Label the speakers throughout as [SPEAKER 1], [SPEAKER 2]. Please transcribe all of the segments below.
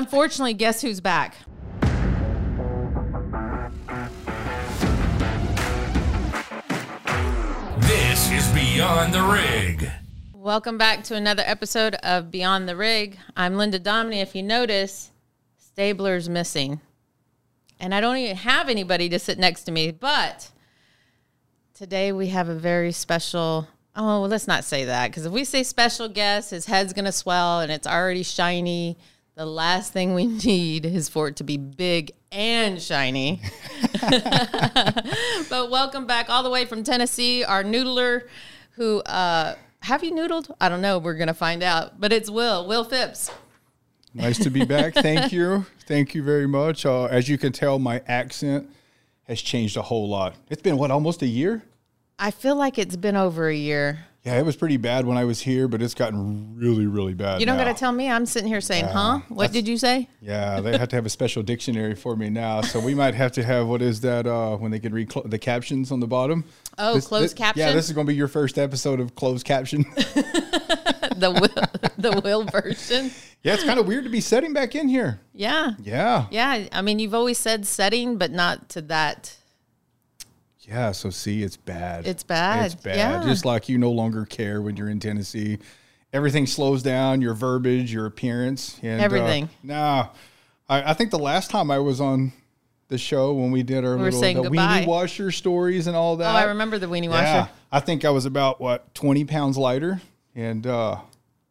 [SPEAKER 1] Unfortunately, guess who's back?
[SPEAKER 2] This is Beyond the Rig.
[SPEAKER 1] Welcome back to another episode of Beyond the Rig. I'm Linda Dominey. If you notice, Stabler's missing. And I don't even have anybody to sit next to me, but today we have a very special. Oh, well, let's not say that because if we say special guest, his head's going to swell and it's already shiny. The last thing we need is for it to be big and shiny. But welcome back all the way from Tennessee, our noodler who uh have you noodled? I don't know, we're gonna find out. But it's Will, Will Phipps.
[SPEAKER 3] Nice to be back. Thank you. Thank you very much. Uh, as you can tell, my accent has changed a whole lot. It's been, what, almost a year?
[SPEAKER 1] I feel like it's been over a year.
[SPEAKER 3] Yeah, it was pretty bad when I was here, but it's gotten really, really bad.
[SPEAKER 1] You don't
[SPEAKER 3] now.
[SPEAKER 1] gotta tell me I'm sitting here saying, huh? What did you say?
[SPEAKER 3] Yeah, they have to have a special dictionary for me now. So we might have to have, what is that, uh, when they can read clo- the captions on the bottom?
[SPEAKER 1] Oh, closed caption?
[SPEAKER 3] Yeah, this is going to be your first episode of closed caption.
[SPEAKER 1] The Will the Will version.
[SPEAKER 3] yeah, it's kind of weird to be setting back in here.
[SPEAKER 1] Yeah.
[SPEAKER 3] Yeah.
[SPEAKER 1] Yeah. I mean you've always said setting, but not to that.
[SPEAKER 3] Yeah, so see, it's bad.
[SPEAKER 1] It's bad,
[SPEAKER 3] It's bad.
[SPEAKER 1] yeah.
[SPEAKER 3] Just like you no longer care when you're in Tennessee. Everything slows down, your verbiage, your appearance, and uh,
[SPEAKER 1] Everything.
[SPEAKER 3] nah, I, I think the last time I was on the show when we did our
[SPEAKER 1] were
[SPEAKER 3] little
[SPEAKER 1] saying
[SPEAKER 3] the
[SPEAKER 1] goodbye.
[SPEAKER 3] weenie washer stories and all that.
[SPEAKER 1] Oh, I remember the weenie washer.
[SPEAKER 3] Uh, Yeah, I think I was about what twenty pounds lighter, and uh,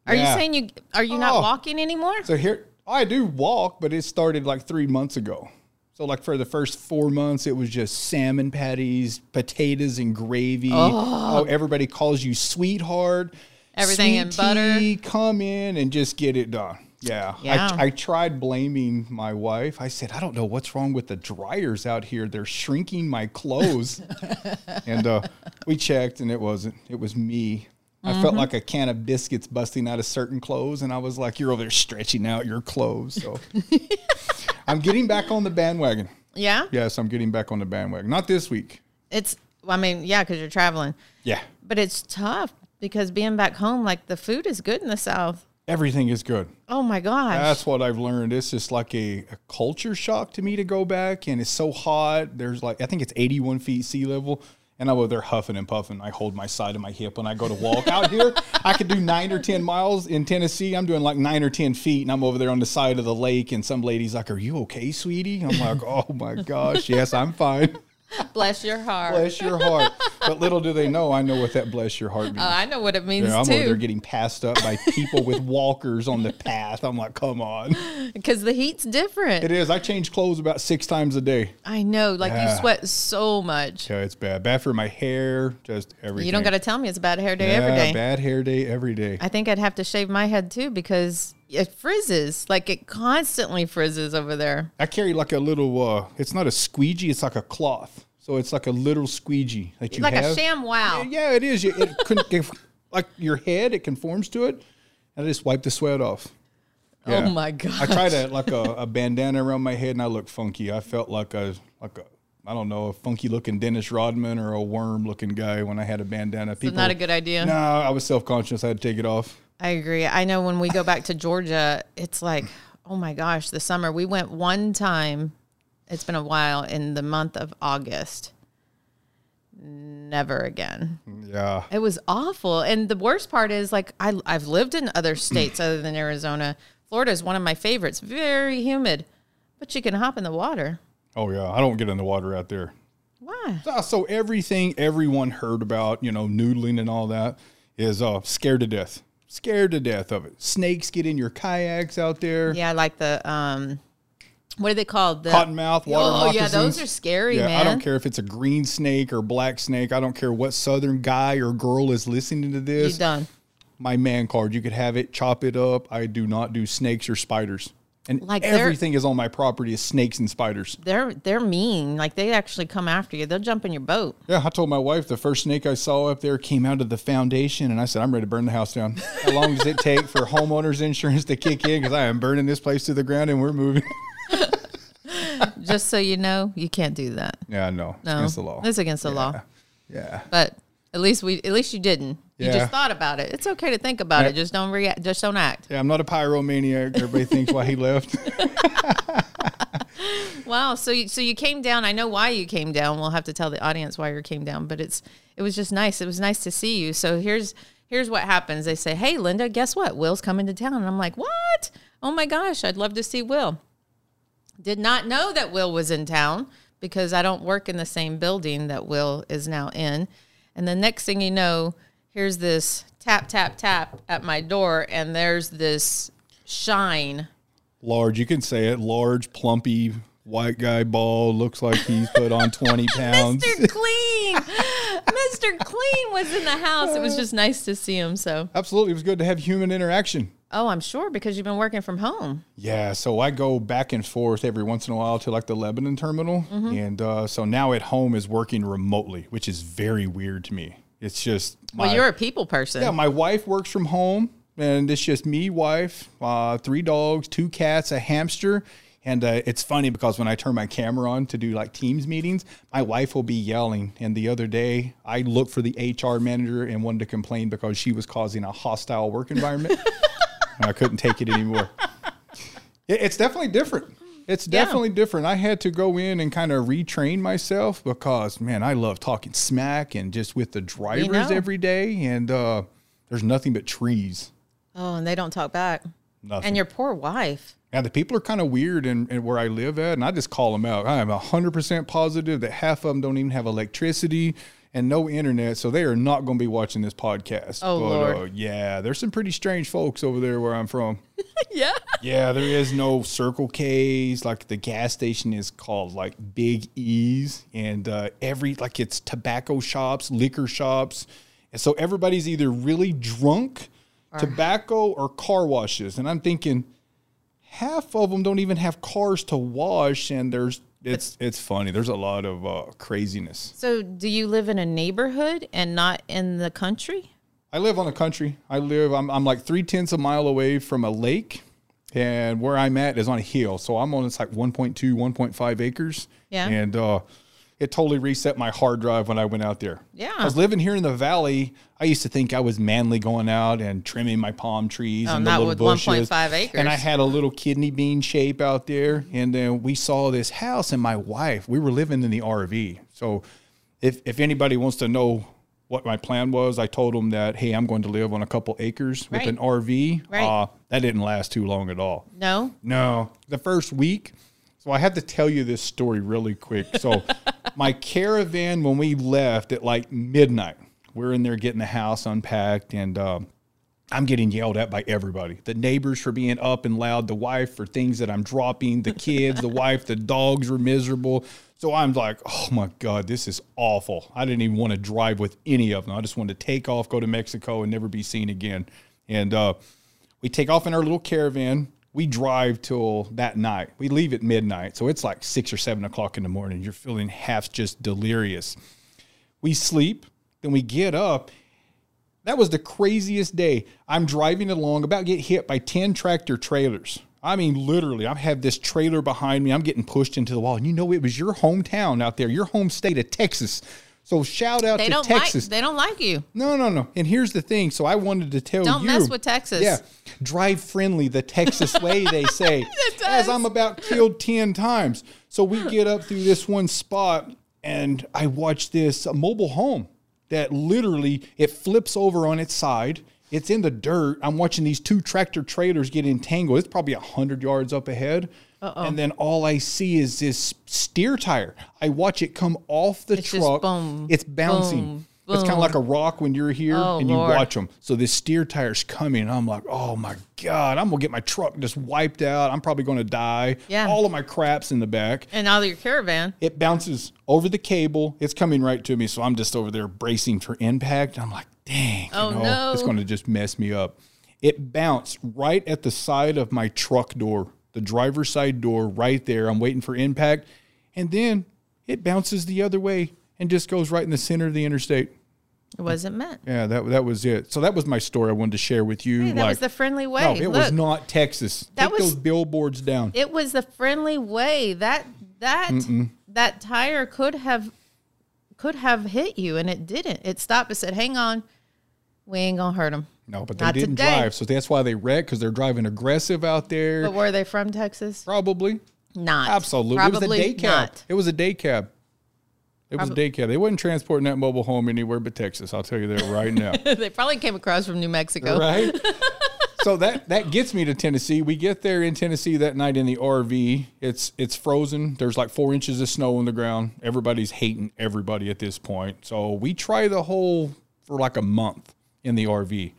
[SPEAKER 1] Are
[SPEAKER 3] yeah.
[SPEAKER 1] you saying you are you not
[SPEAKER 3] Oh.
[SPEAKER 1] walking anymore?
[SPEAKER 3] So here, I do walk, but it started like three months ago. So like for the first four months, it was just salmon patties, potatoes and gravy. Oh, everybody calls you sweetheart.
[SPEAKER 1] Everything
[SPEAKER 3] Sweet
[SPEAKER 1] in butter.
[SPEAKER 3] tea, Come in and just get it done. Yeah,
[SPEAKER 1] Yeah.
[SPEAKER 3] I, I tried blaming my wife. I said, I don't know what's wrong with the dryers out here. They're shrinking my clothes. and uh, we checked, and it wasn't. It was me. I felt like a can of biscuits busting out of certain clothes, and I was like, "You're over there stretching out your clothes." So I'm getting back on the bandwagon.
[SPEAKER 1] yeah?
[SPEAKER 3] Yes, I'm getting back on the bandwagon. Not this week.
[SPEAKER 1] It's I mean, yeah, because you're traveling.
[SPEAKER 3] Yeah,
[SPEAKER 1] But it's tough because being back home, like the food is good in the South.
[SPEAKER 3] everything is good.
[SPEAKER 1] Oh my gosh.
[SPEAKER 3] That's what I've learned. It's just like a, a culture shock to me to go back, and it's so hot. There's like I think it's 81 feet sea level, and I'm over there huffing and puffing. I hold my side of my hip when I go to walk out here. I could do nine or ten miles in Tennessee. I'm doing like nine or ten feet, and I'm over there on the side of the lake. And some lady's like, "Are you okay, sweetie?" I'm like, "Oh my gosh, yes, I'm fine."
[SPEAKER 1] Bless your heart.
[SPEAKER 3] Bless your heart. But little do they know, I know what that bless your heart means.
[SPEAKER 1] Uh, I know what it means
[SPEAKER 3] yeah, I'm over there
[SPEAKER 1] too.
[SPEAKER 3] getting passed up by people with walkers on the path. I'm like, come on.
[SPEAKER 1] Because the heat's different.
[SPEAKER 3] It is. I change clothes about six times a day.
[SPEAKER 1] I know. Like you
[SPEAKER 3] Yeah.
[SPEAKER 1] sweat so much.
[SPEAKER 3] Yeah, it's bad. Bad for my hair, just everything.
[SPEAKER 1] You don't got to tell me it's bad hair day
[SPEAKER 3] yeah,
[SPEAKER 1] every day.
[SPEAKER 3] Bad hair day every day.
[SPEAKER 1] I think I'd have to shave my head too because it frizzes. Like it constantly frizzes over there.
[SPEAKER 3] I carry like a little. uh It's not a squeegee. It's like a cloth. So it's like a little squeegee that you
[SPEAKER 1] like
[SPEAKER 3] have.
[SPEAKER 1] a sham wow.
[SPEAKER 3] Yeah, it is. You- It con- if, like your head, it conforms to it, and I just wipe the sweat off. Yeah.
[SPEAKER 1] Oh my gosh.
[SPEAKER 3] I tried a, like a, a bandana around my head, and I looked funky. I felt like a like a I don't know a funky looking Dennis Rodman or a worm looking guy when I had a bandana. People
[SPEAKER 1] not a good idea.
[SPEAKER 3] No, I was self conscious. I had to take it off.
[SPEAKER 1] I agree. I know when we go back to Georgia, it's like, oh my gosh, the summer. We went one time, it's been a while, in the month of August. Never again.
[SPEAKER 3] Yeah,
[SPEAKER 1] It was awful. And the worst part is like I I've lived in other states other than Arizona. Florida is one of my favorites. Very humid. But you can hop in the water.
[SPEAKER 3] Oh yeah, I don't get in the water out there.
[SPEAKER 1] Why?
[SPEAKER 3] So- So everything everyone heard about, you know, noodling and all that, is uh, scared to death. Scared to death of it. Snakes get in your kayaks out there.
[SPEAKER 1] Yeah, like the um what are they called? The
[SPEAKER 3] Cottonmouth, water
[SPEAKER 1] Oh yeah, those
[SPEAKER 3] moccasins.
[SPEAKER 1] are scary,
[SPEAKER 3] Yeah,
[SPEAKER 1] man.
[SPEAKER 3] I don't care if it's a green snake or black snake. I don't care what southern guy or girl is listening to
[SPEAKER 1] You
[SPEAKER 3] this.
[SPEAKER 1] done.
[SPEAKER 3] My man card, you could have it, chop it up. I do not do snakes or spiders. And
[SPEAKER 1] Like they're-
[SPEAKER 3] everything is on my property is snakes and spiders.
[SPEAKER 1] they're they're mean. Like they actually come after you. They'll jump in your boat.
[SPEAKER 3] Yeah, I told my wife the first snake I saw up there came out of the foundation, and I said, I'm ready to burn the house down. How long does it take for homeowners insurance to kick in? Because I am burning this place to the ground and we're moving.
[SPEAKER 1] Just so you know, you can't do that.
[SPEAKER 3] Yeah, no, it's
[SPEAKER 1] No,
[SPEAKER 3] against the law.
[SPEAKER 1] It's against the law.
[SPEAKER 3] yeah.
[SPEAKER 1] But at least we at least you didn't. You
[SPEAKER 3] Yeah.
[SPEAKER 1] just thought about it. It's okay to think about it. Just don't react. Just don't act.
[SPEAKER 3] Yeah, I'm not a pyromaniac. Everybody thinks why he left.
[SPEAKER 1] Wow. So you, so you came down. I know why you came down. We'll have to tell the audience why you came down, but it's it was just nice. It was nice to see you. So here's here's what happens. They say, "Hey, Linda, guess what? Will's coming to town." And I'm like, "What? Oh my gosh, I'd love to see Will." Did not know that Will was in town because I don't work in the same building that Will is now in. And the next thing you know, here's this tap tap tap at my door and there's this shine
[SPEAKER 3] large, you can say it. Large, plumpy, white guy, bald. Looks like he's put on 20 pounds.
[SPEAKER 1] Mr. Clean. Mr. Clean was in the house. It was just nice to see him. So,
[SPEAKER 3] Absolutely, it was good to have human interaction.
[SPEAKER 1] oh, I'm sure because you've been working from home.
[SPEAKER 3] Yeah, so I go back and forth every once in a while to like the Lebanon terminal,
[SPEAKER 1] Mm-hmm.
[SPEAKER 3] and uh, so now at home is working remotely, which is very weird to me. It's just my,
[SPEAKER 1] Well, you're a people person.
[SPEAKER 3] yeah, my wife works from home, and it's just me, wife, uh, three dogs, two cats, a hamster. And uh, it's funny because when I turn my camera on to do like Teams meetings, my wife will be yelling. And the other day, I looked for the HR manager and wanted to complain because she was causing a hostile work environment. and I couldn't take it anymore. It- It's definitely different. It's
[SPEAKER 1] Yeah.
[SPEAKER 3] definitely different. I had to go in and kind of retrain myself because, man, I love talking smack and just with the drivers
[SPEAKER 1] know.
[SPEAKER 3] every day. And uh, there's nothing but trees.
[SPEAKER 1] Oh, and they don't talk back.
[SPEAKER 3] Nothing.
[SPEAKER 1] And your poor wife.
[SPEAKER 3] Now the people are kind of weird in, in where I live at, and I just call them out. I am hundred percent positive that half of them don't even have electricity and no internet, so they are not going to be watching this podcast.
[SPEAKER 1] Oh, Lord.
[SPEAKER 3] Uh, yeah, there's some pretty strange folks over there where I'm from.
[SPEAKER 1] Yeah.
[SPEAKER 3] yeah, there is no Circle K's. Like the gas station is called like Big E's, and uh, every like it's tobacco shops, liquor shops, and so everybody's either really drunk, tobacco, or car washes. And I'm thinking half of them don't even have cars to wash, and there's it's it's funny. There's a lot of uh, craziness.
[SPEAKER 1] So, do you live in a neighborhood and not in the country?
[SPEAKER 3] I live on the country. I live. I'm, I'm like three tenths of a mile away from a lake, and where I'm at is on a hill. So I'm on it's like 1.2, 1.5 acres.
[SPEAKER 1] Yeah.
[SPEAKER 3] And uh, it totally reset my hard drive when I went out there.
[SPEAKER 1] Yeah.
[SPEAKER 3] I was living here in the valley. I used to think I was manly going out and trimming my palm trees and the
[SPEAKER 1] not
[SPEAKER 3] little
[SPEAKER 1] with
[SPEAKER 3] bushes.
[SPEAKER 1] 1.5
[SPEAKER 3] And I
[SPEAKER 1] acres.
[SPEAKER 3] had a little kidney bean shape out there. And then we saw this house, and my wife, we were living in the RV. So if, if anybody wants to know what my plan was, I told them that, hey, I'm going to live on a couple acres with
[SPEAKER 1] Right.
[SPEAKER 3] an RV.
[SPEAKER 1] Right.
[SPEAKER 3] Uh, that didn't last too long at all.
[SPEAKER 1] No.
[SPEAKER 3] No, the first week. So I have to tell you this story really quick. So my caravan, when we left at like midnight, we're in there getting the house unpacked, and um, I'm getting yelled at by everybody. The neighbors for being up and loud, the wife for things that I'm dropping, the kids, the wife, the dogs were miserable. So I'm like, oh my God, this is awful. I didn't even want to drive with any of them. I just wanted to take off, go to Mexico, and never be seen again. And uh, we take off in our little caravan. We drive till that night. We leave at midnight. So it's like six or seven o'clock in the morning. You're feeling half just delirious. We sleep, then we get up. That was the craziest day. I'm driving along, about to get hit by 10 tractor trailers. I mean, literally, I have this trailer behind me. I'm getting pushed into the wall. And you know, it was your hometown out there, your home state of Texas. So shout out
[SPEAKER 1] They
[SPEAKER 3] to
[SPEAKER 1] don't
[SPEAKER 3] Texas.
[SPEAKER 1] like they don't like you.
[SPEAKER 3] No, no, no. And here's the thing. So I wanted to tell
[SPEAKER 1] Don't
[SPEAKER 3] you.
[SPEAKER 1] mess with Texas.
[SPEAKER 3] Yeah. Drive friendly the Texas way, they say. As I'm about killed 10 times. So we get up through this one spot and I watch this mobile home that literally it flips over on its side. It's in the dirt. I'm watching these two tractor trailers get entangled. It's probably 100 yards up ahead. And then all I see is this steer tire. I watch it come off the
[SPEAKER 1] It's just
[SPEAKER 3] truck.
[SPEAKER 1] boom,
[SPEAKER 3] it's bouncing.
[SPEAKER 1] Mm-hmm. boom,
[SPEAKER 3] It's kind of like a rock when you're here
[SPEAKER 1] Oh,
[SPEAKER 3] and you
[SPEAKER 1] Lord.
[SPEAKER 3] watch them. So this steer tire's coming. And I'm like, oh my God, I'm going to get my truck just wiped out. I'm probably going to die.
[SPEAKER 1] Yeah.
[SPEAKER 3] All of my crap's in the back.
[SPEAKER 1] And all your caravan.
[SPEAKER 3] It bounces over the cable. It's coming right to me. So I'm just over there bracing for impact. I'm like, dang,
[SPEAKER 1] Oh, no.
[SPEAKER 3] it's going to just mess me up. It bounced right at the side of my truck door, the driver's side door, right there. I'm waiting for impact. And then it bounces the other way and just goes right in the center of the interstate.
[SPEAKER 1] It wasn't meant.
[SPEAKER 3] Yeah, that that was it. So that was my story I wanted to share with you.
[SPEAKER 1] Hey, that was the friendly way.
[SPEAKER 3] no, it was
[SPEAKER 1] Look.
[SPEAKER 3] not Texas.
[SPEAKER 1] That
[SPEAKER 3] Take
[SPEAKER 1] was-
[SPEAKER 3] those billboards down.
[SPEAKER 1] it was the friendly way that that that tire could have could have hit you and it didn't it stopped and said hang on We ain't gonna hurt them.
[SPEAKER 3] No, but they
[SPEAKER 1] Not
[SPEAKER 3] didn't
[SPEAKER 1] today.
[SPEAKER 3] drive, so that's why they wrecked because they're driving aggressive out there.
[SPEAKER 1] But were they from Texas?
[SPEAKER 3] Probably,
[SPEAKER 1] Not
[SPEAKER 3] absolutely. it was
[SPEAKER 1] Probably
[SPEAKER 3] a day cab.
[SPEAKER 1] not.
[SPEAKER 3] It was a day cab. It was a day cab. They wasn't transporting that mobile home anywhere but Texas. I'll tell you that right now.
[SPEAKER 1] they probably came across from New Mexico.
[SPEAKER 3] right? so that that gets me to Tennessee. We get there in Tennessee that night in the RV. It's it's frozen. There's like four inches of snow on the ground. Everybody's hating everybody at this point. So we try the whole for like a month in the RV.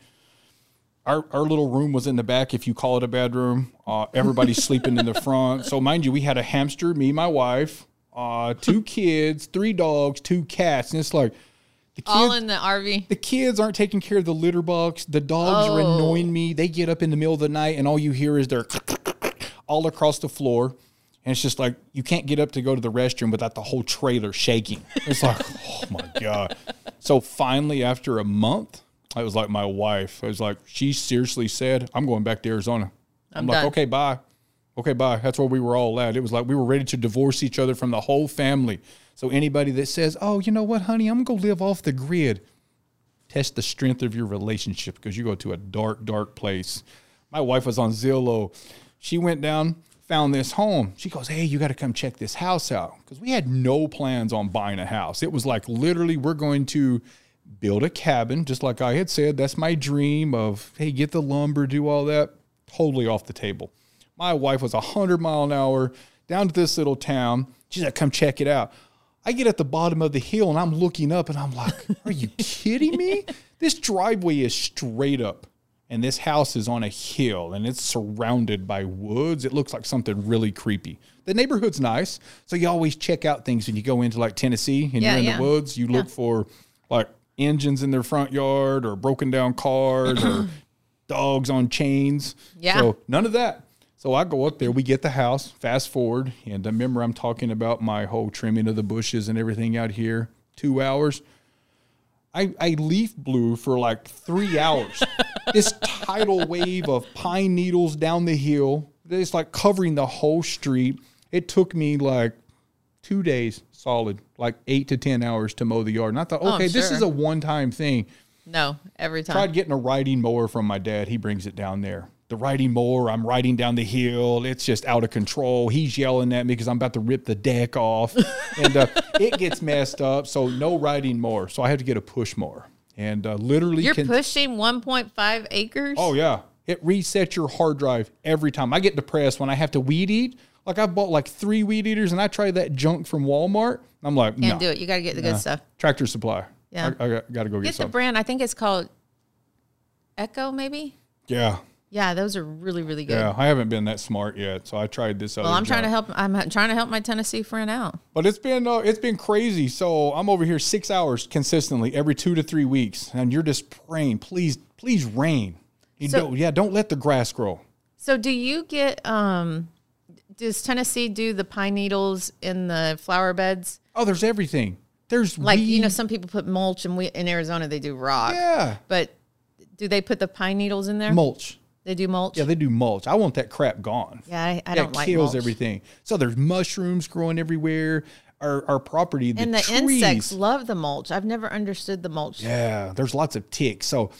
[SPEAKER 3] Our, our little room was in the back, if you call it a bedroom. Uh, everybody's sleeping in the front. So, mind you, we had a hamster, me, my wife, uh, two kids, three dogs, two cats. And it's like, the kids,
[SPEAKER 1] All in the RV.
[SPEAKER 3] the kids aren't taking care of the litter box. The dogs are
[SPEAKER 1] Oh.
[SPEAKER 3] annoying me. They get up in the middle of the night, and all you hear is their all across the floor. And it's just like you can't get up to go to the restroom without the whole trailer shaking. It's like, oh my god. So finally, after a month, I was like, my wife. I was like, she seriously said, "I'm going back to Arizona." I'm, like,
[SPEAKER 1] done.
[SPEAKER 3] okay, bye. Okay, bye. That's where we were all at. It was like we were ready to divorce each other from the whole family. So anybody that says, "Oh, you know what, honey, I'm gonna live off the grid," test the strength of your relationship because you go to a dark, dark place. My wife was on Zillow. She went down, found this home. She goes, Hey, you got to come check this house out. Because we had no plans on buying a house. It was like literally, we're going to build a cabin, just like I had said. That's my dream of, hey, get the lumber, do all that. Totally off the table. My wife was 100 mile an hour down to this little town. She's like, Come check it out. I get at the bottom of the hill and I'm looking up and I'm like, are you kidding me? This driveway is straight up and this house is on a hill and it's surrounded by woods. It looks like something really creepy. The neighborhood's nice. So you always check out things when you go into like Tennessee and
[SPEAKER 1] Yeah,
[SPEAKER 3] you're in
[SPEAKER 1] yeah.
[SPEAKER 3] the woods. You look for like engines in their front yard or broken down cars or dogs on chains.
[SPEAKER 1] Yeah.
[SPEAKER 3] So none of that. So I go up there, we get the house, fast forward, and I remember I'm talking about my whole trimming of the bushes and everything out here, two hours. I, I leaf blew for like three hours. this tidal wave of pine needles down the hill, it's like covering the whole street. It took me like two days solid, like eight to 10 hours to mow the yard. And I thought,
[SPEAKER 1] Oh, I'm
[SPEAKER 3] okay, this is
[SPEAKER 1] sure.
[SPEAKER 3] a one time thing
[SPEAKER 1] No, every time.
[SPEAKER 3] tried getting a riding mower from my dad. He brings it down there. The riding mower, I'm riding down the hill. It's just out of control. He's yelling at me because I'm about to rip the deck off. And uh, it gets messed up. So, no riding mower. So, I have to get a push mower. And uh, literally,
[SPEAKER 1] You're
[SPEAKER 3] can-
[SPEAKER 1] pushing 1.5 acres.
[SPEAKER 3] Oh yeah, it resets your hard drive every time. I get depressed when I have to weed eat. Like I bought like three weed eaters, and I tried that junk from Walmart. I'm like,
[SPEAKER 1] Can't
[SPEAKER 3] no.
[SPEAKER 1] do it. You got to get the good stuff.
[SPEAKER 3] Tractor Supply.
[SPEAKER 1] Yeah.
[SPEAKER 3] I, I got, gotta go get,
[SPEAKER 1] Get the
[SPEAKER 3] some.
[SPEAKER 1] brand. I think it's called Echo, maybe.
[SPEAKER 3] yeah,
[SPEAKER 1] Yeah, those are really, really good.
[SPEAKER 3] yeah. I haven't been that smart yet, so I tried this.
[SPEAKER 1] Well, I'm trying to help. I'm h- trying to help my Tennessee friend out.
[SPEAKER 3] But it's been uh, it's been crazy. So I'm over here six hours consistently every two to three weeks, and you're just praying, please, please rain. You
[SPEAKER 1] So-
[SPEAKER 3] don't, yeah, don't let the grass grow.
[SPEAKER 1] So, do you get? um Does Tennessee do the pine needles in the flower beds?
[SPEAKER 3] Oh, there's everything. There's
[SPEAKER 1] Like you know,
[SPEAKER 3] weed.
[SPEAKER 1] some people put mulch, and we in Arizona they do rock.
[SPEAKER 3] yeah,
[SPEAKER 1] But do they put the pine needles in there?
[SPEAKER 3] mulch.
[SPEAKER 1] They do mulch.
[SPEAKER 3] Yeah, they do mulch. I want that crap gone.
[SPEAKER 1] Yeah, I, I
[SPEAKER 3] that
[SPEAKER 1] don't like
[SPEAKER 3] kills
[SPEAKER 1] mulch.
[SPEAKER 3] everything. So there's mushrooms growing everywhere. Our our property, the
[SPEAKER 1] And the
[SPEAKER 3] trees,
[SPEAKER 1] insects love the mulch. I've never understood the mulch.
[SPEAKER 3] Yeah, there's lots of ticks. So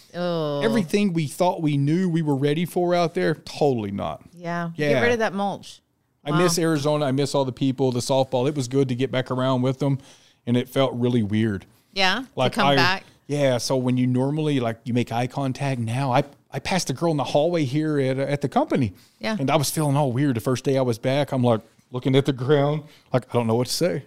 [SPEAKER 3] everything we thought we knew we were ready for out there, totally not.
[SPEAKER 1] Yeah.
[SPEAKER 3] Yeah.
[SPEAKER 1] Get rid of that mulch.
[SPEAKER 3] I miss Arizona. I miss all the people, the softball. It was good to get back around with them, and it felt really weird.
[SPEAKER 1] Yeah. to come
[SPEAKER 3] I,
[SPEAKER 1] back.
[SPEAKER 3] Yeah. So when you normally like you make eye contact now, I I passed a girl in the hallway here at at the company.
[SPEAKER 1] Yeah.
[SPEAKER 3] And I was feeling all weird the first day I was back. I'm like looking at the ground, like I don't know what to say.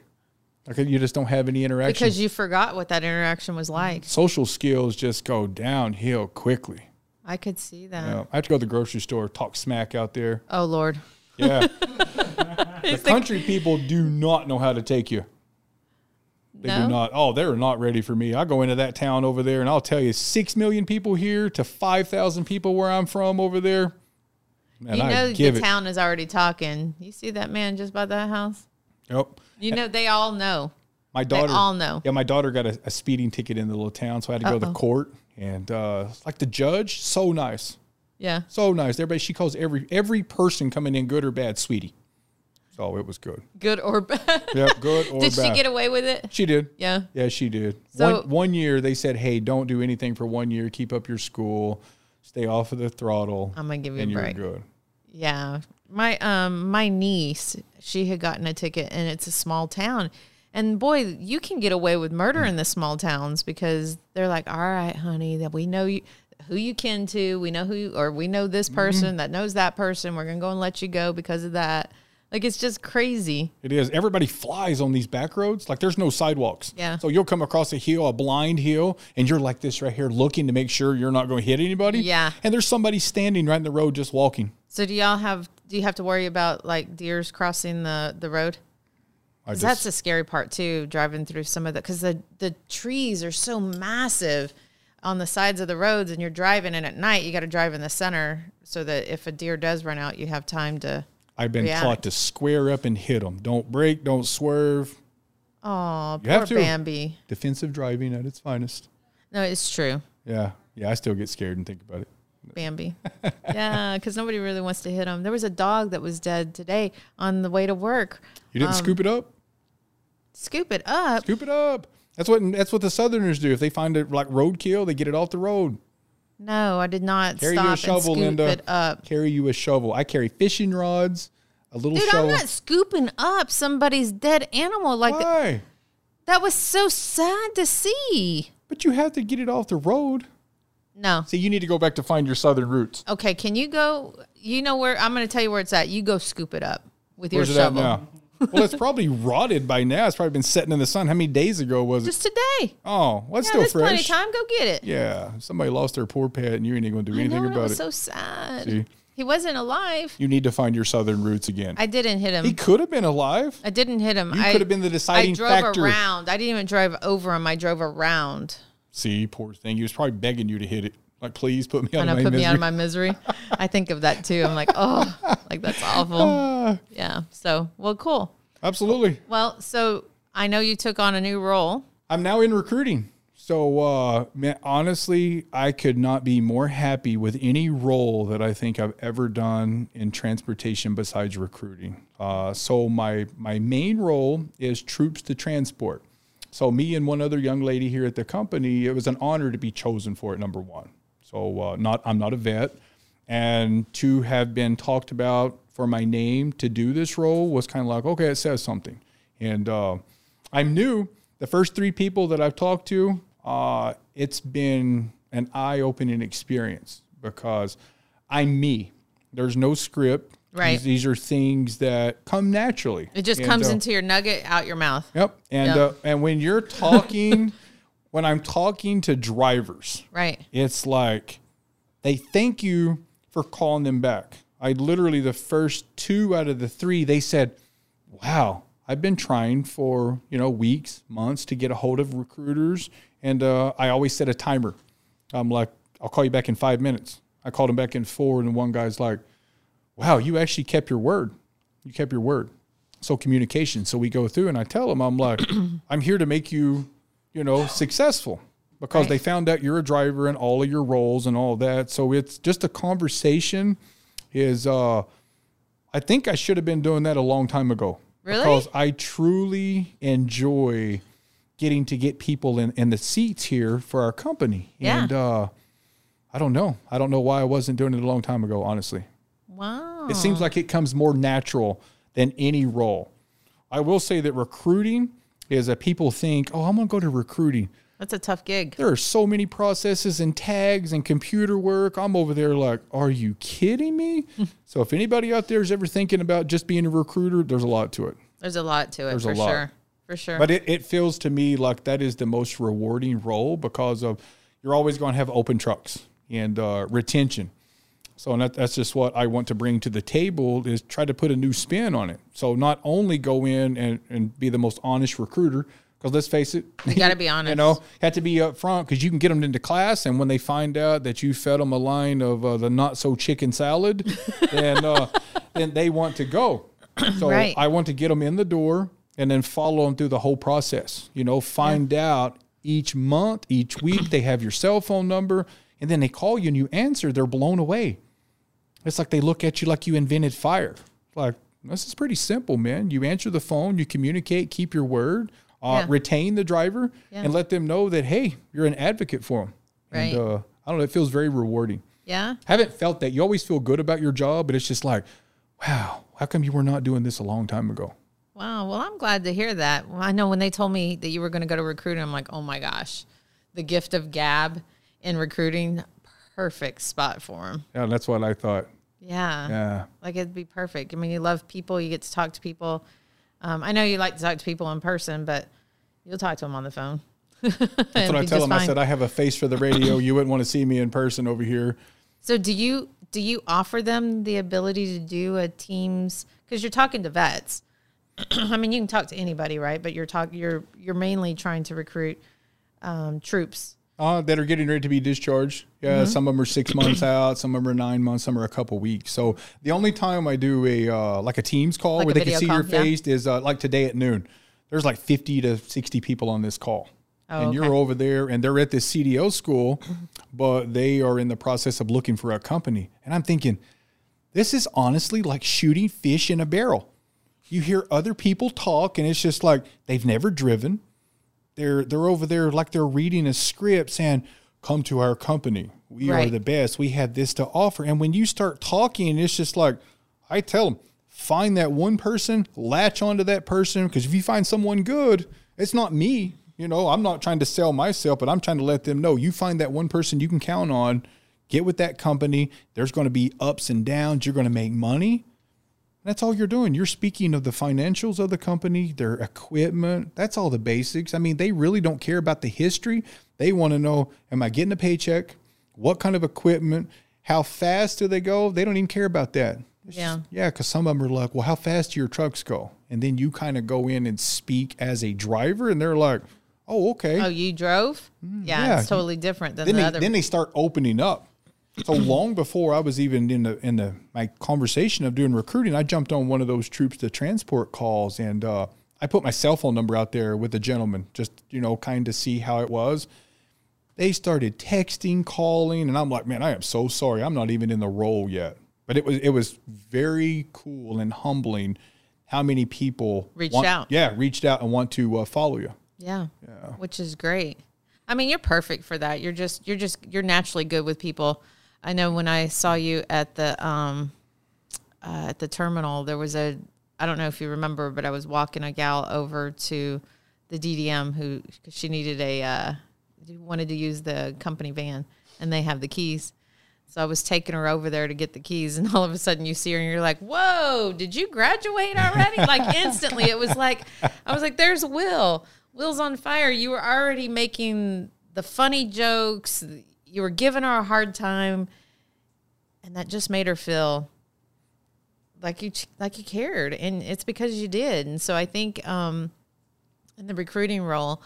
[SPEAKER 3] Like you just don't have any interaction.
[SPEAKER 1] Because you forgot what that interaction was like.
[SPEAKER 3] Social skills just go downhill quickly.
[SPEAKER 1] I could see that.
[SPEAKER 3] You know, I have to go to the grocery store, talk smack out there.
[SPEAKER 1] Oh Lord.
[SPEAKER 3] Yeah. the country people do not know how to take you. They
[SPEAKER 1] No?
[SPEAKER 3] do not. Oh, they're not ready for me. I go into that town over there and I'll tell you 6 million people here to 5,000 people where I'm from over there. Man,
[SPEAKER 1] you
[SPEAKER 3] I
[SPEAKER 1] know
[SPEAKER 3] give
[SPEAKER 1] the
[SPEAKER 3] it.
[SPEAKER 1] town is already talking. You see that man just by that house?
[SPEAKER 3] Yep.
[SPEAKER 1] You know they all know.
[SPEAKER 3] My daughter.
[SPEAKER 1] all know.
[SPEAKER 3] Yeah, my daughter got a, a speeding ticket in the little town, so I had to go to the
[SPEAKER 1] Uh-oh.
[SPEAKER 3] court. And uh, like the judge, so nice.
[SPEAKER 1] Yeah.
[SPEAKER 3] So nice. Everybody, she calls every every person coming in, good or bad, sweetie. Oh, it was good.
[SPEAKER 1] Good or bad?
[SPEAKER 3] Yep, good or
[SPEAKER 1] Did
[SPEAKER 3] bad.
[SPEAKER 1] she get away with it?
[SPEAKER 3] She did.
[SPEAKER 1] Yeah.
[SPEAKER 3] Yeah, she did.
[SPEAKER 1] So-
[SPEAKER 3] one, one year they said, "Hey, don't do anything for one year. Keep up your school. Stay off of the throttle."
[SPEAKER 1] I'm gonna give you
[SPEAKER 3] and
[SPEAKER 1] a
[SPEAKER 3] you're
[SPEAKER 1] break.
[SPEAKER 3] good.
[SPEAKER 1] Yeah. My um my niece, she had gotten a ticket and it's a small town. And boy, you can get away with murder in the small towns because they're like, "All right, honey, that we know you who you kin to, we know who you, or we know this
[SPEAKER 3] Mm-hmm.
[SPEAKER 1] person that knows that person. We're going to go and let you go because of that." Like it's just crazy.
[SPEAKER 3] It is. Everybody flies on these back roads. Like there's no sidewalks.
[SPEAKER 1] Yeah.
[SPEAKER 3] So you'll come across a hill, a blind hill, and you're like this right here, looking to make sure you're not going to hit anybody.
[SPEAKER 1] Yeah.
[SPEAKER 3] And there's somebody standing right in the road just walking.
[SPEAKER 1] So do y'all have do you have to worry about like deers crossing the the road?
[SPEAKER 3] I
[SPEAKER 1] 'Cause
[SPEAKER 3] just,
[SPEAKER 1] that's the scary part too, driving through some of the because the the trees are so massive on the sides of the roads, and you're driving, and at night you got to drive in the center so that if a deer does run out, you have time to.
[SPEAKER 3] I've been
[SPEAKER 1] react.
[SPEAKER 3] taught to square up and hit them. Don't break. Don't swerve.
[SPEAKER 1] Oh,
[SPEAKER 3] You have
[SPEAKER 1] poor
[SPEAKER 3] to.
[SPEAKER 1] Bambi.
[SPEAKER 3] Defensive driving at its finest.
[SPEAKER 1] No, it's true,
[SPEAKER 3] Yeah. Yeah. I still get scared and think about it.
[SPEAKER 1] Bambi. yeah, because nobody really wants to hit him. There was a dog that was dead today on the way to work.
[SPEAKER 3] You
[SPEAKER 1] Um,
[SPEAKER 3] didn't scoop it up.
[SPEAKER 1] Scoop it up.
[SPEAKER 3] Scoop it up. That's what. That's what the Southerners do. If they find it like roadkill, they get it off the road.
[SPEAKER 1] No, I did not
[SPEAKER 3] Carry
[SPEAKER 1] stop
[SPEAKER 3] you a shovel,
[SPEAKER 1] and scoop
[SPEAKER 3] Linda.
[SPEAKER 1] it up.
[SPEAKER 3] Carry you a shovel. I carry fishing rods, a little
[SPEAKER 1] Dude, I'm
[SPEAKER 3] shovel.
[SPEAKER 1] not scooping up somebody's dead animal like that.
[SPEAKER 3] Why?
[SPEAKER 1] That was so sad to see.
[SPEAKER 3] But you have to get it off the road.
[SPEAKER 1] No.
[SPEAKER 3] See, you need to go back to find your southern roots.
[SPEAKER 1] Okay, can you go? You know where I'm going to tell you where it's at. You go scoop it up with your
[SPEAKER 3] Where's it at
[SPEAKER 1] shovel.
[SPEAKER 3] now? well, it's probably rotted by now. It's probably been sitting in the sun. How many days ago was it?
[SPEAKER 1] Just today.
[SPEAKER 3] Oh, well, it's
[SPEAKER 1] Yeah,
[SPEAKER 3] still
[SPEAKER 1] there's plenty
[SPEAKER 3] fresh.
[SPEAKER 1] of time. Go get it.
[SPEAKER 3] Yeah, somebody lost their poor pet, and you ain't going to do
[SPEAKER 1] I
[SPEAKER 3] anything
[SPEAKER 1] know, it
[SPEAKER 3] about
[SPEAKER 1] was
[SPEAKER 3] it.
[SPEAKER 1] so sad.
[SPEAKER 3] See?
[SPEAKER 1] He wasn't alive.
[SPEAKER 3] you need to find your southern roots again.
[SPEAKER 1] I didn't hit him.
[SPEAKER 3] he could have been alive.
[SPEAKER 1] I didn't hit him.
[SPEAKER 3] You
[SPEAKER 1] I
[SPEAKER 3] could have been the
[SPEAKER 1] I
[SPEAKER 3] deciding
[SPEAKER 1] drove
[SPEAKER 3] factor.
[SPEAKER 1] around. I didn't even drive over him. I drove around.
[SPEAKER 3] See, poor thing. He was probably begging you to hit it. Like, please put me out
[SPEAKER 1] And
[SPEAKER 3] of
[SPEAKER 1] I
[SPEAKER 3] my
[SPEAKER 1] put
[SPEAKER 3] misery.
[SPEAKER 1] me out of my misery. I think of that too. I'm like, oh, like that's awful. Yeah. So, well, cool.
[SPEAKER 3] Absolutely.
[SPEAKER 1] Well, so I know you took on a new role.
[SPEAKER 3] I'm now in recruiting. So, uh, man, honestly, I could not be more happy with any role that I think I've ever done in transportation besides recruiting. Uh, so, my my main role is troops to transport. So, me and one other young lady here at the company, it was an honor to be chosen for it. Number one, so uh, not I'm not a vet, and to have been talked about for my name to do this role was kind of like okay, it says something. And uh, I'm new. The first three people that I've talked to, uh, it's been an eye opening experience because I'm me. There's no script.
[SPEAKER 1] Right.
[SPEAKER 3] These, these are things that come naturally.
[SPEAKER 1] It just
[SPEAKER 3] And,
[SPEAKER 1] comes
[SPEAKER 3] uh,
[SPEAKER 1] into your nugget out your mouth.
[SPEAKER 3] Yep. And
[SPEAKER 1] Yep.
[SPEAKER 3] Uh, and when you're talking, when I'm talking to drivers,
[SPEAKER 1] Right.
[SPEAKER 3] it's like they thank you for calling them back. I literally, the first two out of the three, they said, Wow, I've been trying for, you know, weeks, months to get a hold of recruiters. And uh, I always set a timer. I'm like, I'll call you back in five minutes. I called him back in four, and one guy's like, Wow, you actually kept your word. You kept your word. So communication. So we go through, and I tell him, I'm like, I'm here to make you, you know, successful because they found out you're a driver in all of your roles and all that. So it's just a conversation. Is uh, I think I should have been doing that a long time ago.
[SPEAKER 1] Really?
[SPEAKER 3] Because I truly enjoy getting to get people in, in the seats here for our company.
[SPEAKER 1] Yeah.
[SPEAKER 3] And uh, I don't know. I don't know why I wasn't doing it a long time ago, honestly.
[SPEAKER 1] Wow.
[SPEAKER 3] It seems like it comes more natural than any role. I will say that recruiting is that people think, oh, I'm going to go to recruiting.
[SPEAKER 1] That's a tough gig.
[SPEAKER 3] There are so many processes and tags and computer work. I'm over there like, are you kidding me? so if anybody out there is ever thinking about just being a recruiter, there's a lot to it.
[SPEAKER 1] There's a lot to it
[SPEAKER 3] There's a
[SPEAKER 1] for
[SPEAKER 3] lot.
[SPEAKER 1] sure. For sure.
[SPEAKER 3] But it, it feels to me like that is the most rewarding role because of you're always going to have open trucks and uh, retention. So and that, that's just what I want to bring to the table is try to put a new spin on it. So not only go in and, and be the most honest recruiter, because let's face it,
[SPEAKER 1] you got to be honest.
[SPEAKER 3] you know, have to be upfront because you can get them into class, and when they find out that you fed them a line of uh, the not so chicken salad, then uh, then they want to go. So
[SPEAKER 1] Right.
[SPEAKER 3] I want to get them in the door and then follow them through the whole process. You know, find out each month, each week they have your cell phone number, and then they call you and you answer. They're blown away. It's like they look at you like you invented fire. Like This is pretty simple, man. You answer the phone, you communicate, keep your word, uh,
[SPEAKER 1] Yeah.
[SPEAKER 3] retain the driver,
[SPEAKER 1] Yeah.
[SPEAKER 3] and let them know that hey, you're an advocate for them.
[SPEAKER 1] Right.
[SPEAKER 3] And, uh, I don't know. It feels very rewarding.
[SPEAKER 1] Yeah.
[SPEAKER 3] Haven't felt that. You always feel good about your job, but it's just like, wow, how come you were not doing this a long time ago?
[SPEAKER 1] Wow. Well, I'm glad to hear that. Well, I know when they told me that you were going to go to recruiting, I'm like, oh my gosh, the gift of gab in recruiting, perfect spot for him.
[SPEAKER 3] Yeah, that's what I thought.
[SPEAKER 1] Yeah.
[SPEAKER 3] Yeah.
[SPEAKER 1] Like it'd be perfect. I mean, you love people, you get to talk to people. Um, I know you like to talk to people in person, but you'll talk to them on the phone.
[SPEAKER 3] That's what I tell them. I said I have a face for the radio. You wouldn't want to see me in person over here.
[SPEAKER 1] So do you do you offer them the ability to do a teams because you're talking to vets? I mean, you can talk to anybody, right? But you're talk you're you're mainly trying to recruit um, troops.
[SPEAKER 3] Uh, that are getting ready to be discharged. Yeah,
[SPEAKER 1] Mm-hmm.
[SPEAKER 3] some of them are six months out, some of them are nine months, some are a couple weeks. So the only time I do a uh, like a Teams call
[SPEAKER 1] Like
[SPEAKER 3] where
[SPEAKER 1] a
[SPEAKER 3] they can
[SPEAKER 1] video
[SPEAKER 3] see your
[SPEAKER 1] call, yeah.
[SPEAKER 3] face is uh, like today at noon. There's like fifty to sixty people on this call,
[SPEAKER 1] Oh,
[SPEAKER 3] and you're
[SPEAKER 1] okay. Mm-hmm.
[SPEAKER 3] over there, and they're at this CDO school, but they are in the process of looking for a company. And I'm thinking, this is honestly like shooting fish in a barrel. You hear other people talk, and it's just like they've never driven they're they're over there like they're reading a script saying, "Come to our company. We are
[SPEAKER 1] Right.
[SPEAKER 3] the best. We have this to offer." And when you start talking, it's just like I tell them, find that one person, latch onto that person, because if you find someone good, it's not me. You know, I'm not trying to sell myself, but I'm trying to let them know you find that one person you can count on. Get with that company. There's going to be ups and downs. You're going to make money. That's all you're doing. You're speaking of the financials of the company, their equipment. That's all the basics. I mean, they really don't care about the history. They want to know am I getting a paycheck? What kind of equipment? How fast do they go? They don't even care about that. It's
[SPEAKER 1] Yeah.
[SPEAKER 3] just- yeah, because some of them are like, well, how fast do your trucks go? And then you kind of go in and speak as a driver, and they're like, oh, okay
[SPEAKER 1] Oh, you drove? Yeah,
[SPEAKER 3] Mm, yeah.
[SPEAKER 1] it's totally different than
[SPEAKER 3] then
[SPEAKER 1] the
[SPEAKER 3] they,
[SPEAKER 1] other.
[SPEAKER 3] then they start opening up. So long before I was even in the in the my conversation of doing recruiting, I jumped on one of those troops to transport calls, and uh, I put my cell phone number out there with the gentleman, just you know, kind of see how it was. They started texting, calling, and I'm like, man, I am so sorry, I'm not even in the role yet. But it was it was very cool and humbling how many people
[SPEAKER 1] Reached
[SPEAKER 3] want-
[SPEAKER 1] out.
[SPEAKER 3] yeah, reached out and want to uh, follow you.
[SPEAKER 1] yeah. yeah. Which is great. I mean, you're perfect for that. You're just you're just you're naturally good with people. I know when I saw you at the um uh, at the terminal, there was a I don't know if you remember, but I was walking a gal over to the DDM who cause she needed a uh, wanted to use the company van, and they have the keys. So I was taking her over there to get the keys, and all of a sudden you see her, and you're like, "Whoa! Did you graduate already?" like instantly, it was like I was like, "There's Will. Will's on fire. You were already making the funny jokes. You were giving her a hard time, and that just made her feel like you like you cared and it's because you did and so i think um in the recruiting role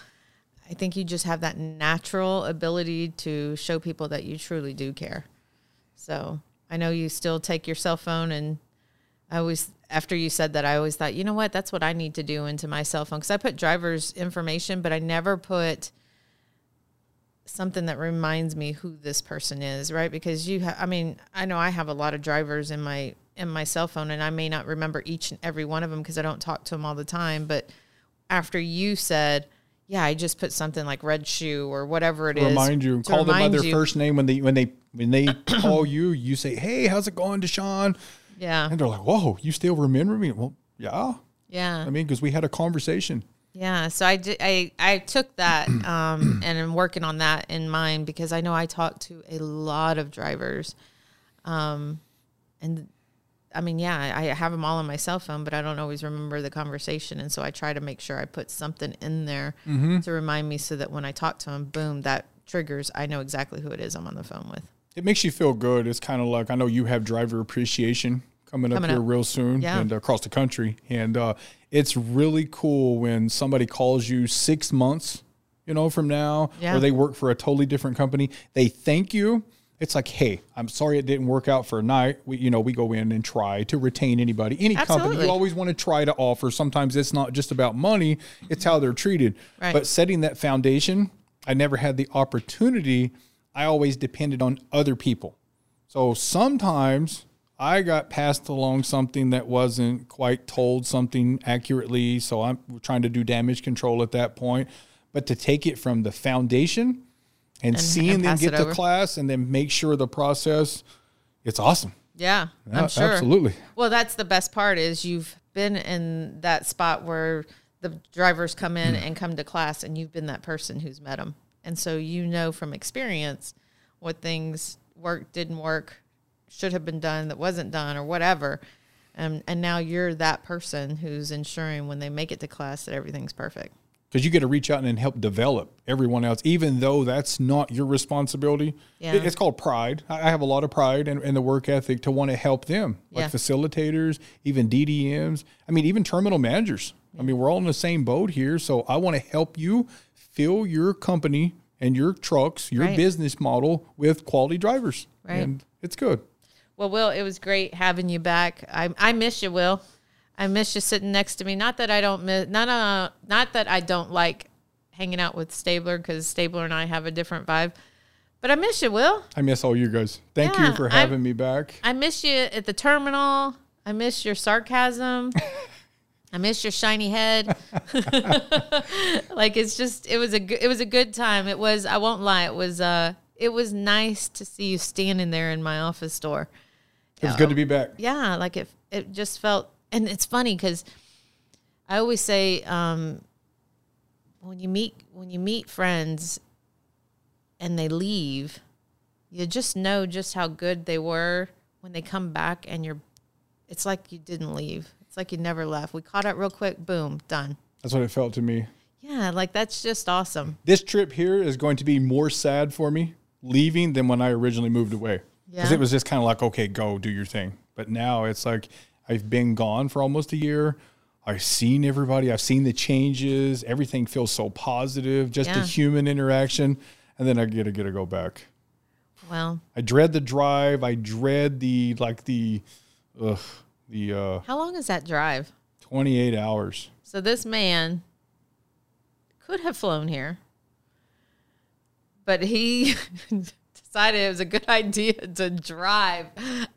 [SPEAKER 1] i think you just have that natural ability to show people that you truly do care so i know you still take your cell phone and i always after you said that i always thought you know what that's what i need to do into my cell phone because i put driver's information but i never put something that reminds me who this person is, right? Because you have, I mean, I know I have a lot of drivers in my in my cell phone, and I may not remember each and every one of them because I don't talk to them all the time. But after you said, "Yeah, I just put something like red shoe or whatever it is,"
[SPEAKER 3] remind you and
[SPEAKER 1] to
[SPEAKER 3] call them by
[SPEAKER 1] remind
[SPEAKER 3] their
[SPEAKER 1] you.
[SPEAKER 3] first name when they when they when they call you you say hey how's it going deshaun
[SPEAKER 1] yeah,
[SPEAKER 3] and they're like whoa you still remember me well yeah
[SPEAKER 1] yeah.
[SPEAKER 3] i mean because we had a conversation
[SPEAKER 1] Yeah, so I did. I I took that um, and I'm working on that in mind because I know I talk to a lot of drivers, um, and I mean, yeah, I have them all on my cell phone, but I don't always remember the conversation, and so I try to make sure I put something in there to remind me, so that when I talk to them, boom, that triggers. I know exactly who it is I'm on the phone with.
[SPEAKER 3] it makes you feel good it's kind of like i know you have driver appreciation coming up
[SPEAKER 1] Coming
[SPEAKER 3] here
[SPEAKER 1] up.
[SPEAKER 3] real soon
[SPEAKER 1] Yeah.
[SPEAKER 3] and across the country and uh, it's really cool when somebody calls you six months you know from now
[SPEAKER 1] Yeah.
[SPEAKER 3] or they work for a totally different company they thank you it's like hey i'm sorry it didn't work out for a night we you know we go in and try to retain anybody any company
[SPEAKER 1] Absolutely.
[SPEAKER 3] you always want to try to offer sometimes it's not just about money it's how they're treated
[SPEAKER 1] Right.
[SPEAKER 3] but setting that foundation i never had the opportunity i always depended on other people so sometimes I got passed along something that wasn't quite told something accurately. So I'm we're trying to do damage control at that point. But to take it from the foundation and, seeing them
[SPEAKER 1] pass
[SPEAKER 3] get
[SPEAKER 1] it
[SPEAKER 3] to
[SPEAKER 1] over.
[SPEAKER 3] class and then make sure the process, it's awesome.
[SPEAKER 1] Yeah, I'm
[SPEAKER 3] A-
[SPEAKER 1] sure.
[SPEAKER 3] Absolutely.
[SPEAKER 1] Well, that's the best part is you've been in that spot where the drivers come in and come to class, and you've been that person who's met them, and so you know from experience what things worked, didn't work, should have been done, that wasn't done, or whatever. Um, and now you're that person who's ensuring when they make it to class that everything's perfect.
[SPEAKER 3] because you get to reach out and help develop everyone else, even though that's not your responsibility.
[SPEAKER 1] Yeah.
[SPEAKER 3] It- It's called pride. I I have a lot of pride and, and the work ethic to want to help them, like
[SPEAKER 1] Yeah.
[SPEAKER 3] facilitators, even DDMs. I mean, even terminal managers. I mean, we're all in the same boat here. So I want to help you fill your company and your trucks, your
[SPEAKER 1] Right.
[SPEAKER 3] business model with quality drivers.
[SPEAKER 1] Right.
[SPEAKER 3] And it's good.
[SPEAKER 1] Well, Will, it was great having you back. I I miss you, Will. I miss you sitting next to me. Not that I don't miss not uh not that I don't like hanging out with Stabler because Stabler and I have a different vibe. But I miss you, Will.
[SPEAKER 3] I miss all you guys. Thank you
[SPEAKER 1] Yeah,
[SPEAKER 3] for
[SPEAKER 1] I'm-
[SPEAKER 3] having me back.
[SPEAKER 1] I miss you at the terminal. I miss your sarcasm. I miss your shiny head. like it's just it was a good it was a good time. It was I won't lie, it was uh it was nice to see you standing there in my office door.
[SPEAKER 3] It was good to be back.
[SPEAKER 1] yeah like it it just felt and it's funny because i always say um when you meet when you meet friends and they leave you just know just how good they were when they come back and you're it's like you didn't leave it's like you never left we caught up real quick boom done
[SPEAKER 3] That's what it felt to me.
[SPEAKER 1] yeah like that's just awesome
[SPEAKER 3] this trip here is going to be more sad for me leaving than when I originally moved away. Because
[SPEAKER 1] Yeah.
[SPEAKER 3] it was just kind of like, okay, go do your thing. But now it's like I've been gone for almost a year. I've seen everybody, I've seen the changes. Everything feels so positive, just the
[SPEAKER 1] Yeah.
[SPEAKER 3] human interaction. And then I get to get to go back.
[SPEAKER 1] well
[SPEAKER 3] I dread the drive. I dread the like the ugh, the uh,
[SPEAKER 1] how long is that drive
[SPEAKER 3] 28 hours.
[SPEAKER 1] So this man could have flown here, but he decided it was a good idea to drive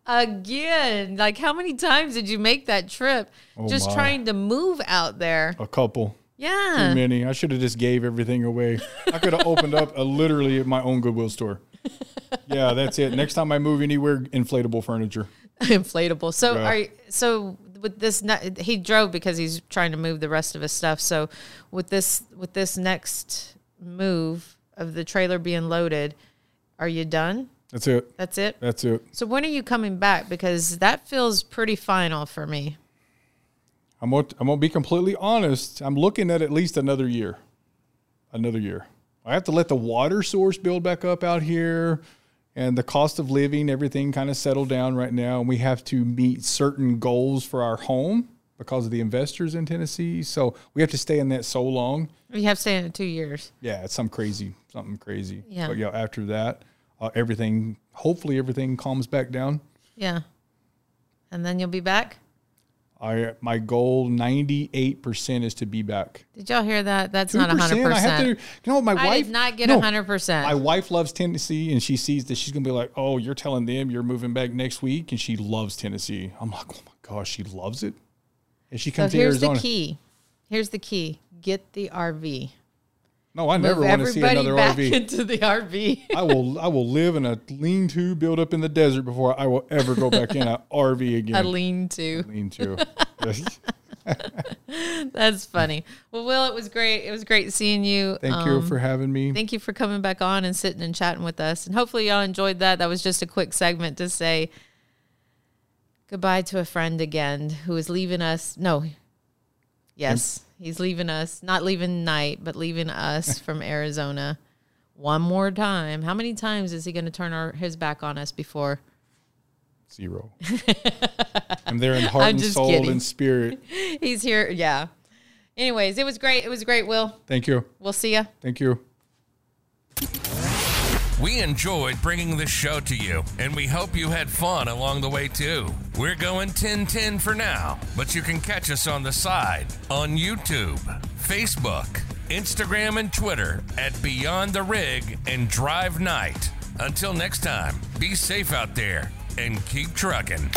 [SPEAKER 1] again. Like, how many times did you make that trip just
[SPEAKER 3] Oh my. Oh,
[SPEAKER 1] trying to move out there?
[SPEAKER 3] A couple.
[SPEAKER 1] Yeah.
[SPEAKER 3] Many. I should have just gave everything away. I could have opened up a, literally my own Goodwill store. Yeah, that's it. Next time I move anywhere, inflatable furniture.
[SPEAKER 1] inflatable. So
[SPEAKER 3] Yeah.
[SPEAKER 1] are you- so with this ne- he drove because he's trying to move the rest of his stuff. So with this with this next move of the trailer being loaded, are you done?
[SPEAKER 3] That's it.
[SPEAKER 1] That's it.
[SPEAKER 3] That's it.
[SPEAKER 1] So when are you coming back? Because that feels pretty final for me.
[SPEAKER 3] I'm gonna, I'm gonna be completely honest. I'm looking at at least another year. Another year. I have to let the water source build back up out here, and the cost of living, everything kind of settle down right now. And we have to meet certain goals for our home because of the investors in Tennessee. So we have to stay in that so long.
[SPEAKER 1] You have staying in two years.
[SPEAKER 3] Yeah, it's some crazy, something crazy.
[SPEAKER 1] Yeah.
[SPEAKER 3] But yeah, after that, uh, everything, hopefully everything calms back down.
[SPEAKER 1] Yeah. And then you'll be back.
[SPEAKER 3] I my goal ninety eight percent is to be back.
[SPEAKER 1] Did y'all hear that? That's not
[SPEAKER 3] 2%,
[SPEAKER 1] hundred
[SPEAKER 3] I have to. You
[SPEAKER 1] percent.
[SPEAKER 3] know, what, my
[SPEAKER 1] I
[SPEAKER 3] wife
[SPEAKER 1] did not get
[SPEAKER 3] no,
[SPEAKER 1] hundred
[SPEAKER 3] My
[SPEAKER 1] percent.
[SPEAKER 3] wife loves Tennessee, and she sees that she's gonna be like, "Oh, you're telling them you're moving back next week," and she loves Tennessee. I'm like, "Oh my gosh, she loves it." And she
[SPEAKER 1] So
[SPEAKER 3] comes to
[SPEAKER 1] here's
[SPEAKER 3] Arizona.
[SPEAKER 1] the key. Here's the key. Get the RV.
[SPEAKER 3] No, I never
[SPEAKER 1] Move
[SPEAKER 3] want to see
[SPEAKER 1] everybody
[SPEAKER 3] another
[SPEAKER 1] back
[SPEAKER 3] RV.
[SPEAKER 1] into the RV.
[SPEAKER 3] I will. I will live in a lean-to built up in the desert before I will ever go back in an RV again.
[SPEAKER 1] I lean to.
[SPEAKER 3] lean to.
[SPEAKER 1] That's funny. Well, Will, it was great. It was great seeing you. Um,
[SPEAKER 3] Thank you for having me.
[SPEAKER 1] Thank you for coming back on and sitting and chatting with us. And hopefully, y'all enjoyed that. That was just a quick segment to say goodbye to a friend again who is leaving us. No, yes, he's leaving us, not leaving night, but leaving us from Arizona one more time. How many times is he going to turn our, his back on us before?
[SPEAKER 3] Zero. I'm there in heart
[SPEAKER 1] I'm
[SPEAKER 3] and
[SPEAKER 1] just
[SPEAKER 3] soul
[SPEAKER 1] kidding.
[SPEAKER 3] and spirit.
[SPEAKER 1] He's here. Yeah. Anyways, it was great. It was great, Will.
[SPEAKER 3] Thank you.
[SPEAKER 1] We'll see ya.
[SPEAKER 3] Thank you.
[SPEAKER 2] We enjoyed bringing this show to you, and we hope you had fun along the way too. We're going 10 10 for now, but you can catch us on the side on YouTube, Facebook, Instagram, and Twitter at Beyond the Rig and Drive Night. Until next time, be safe out there and keep trucking.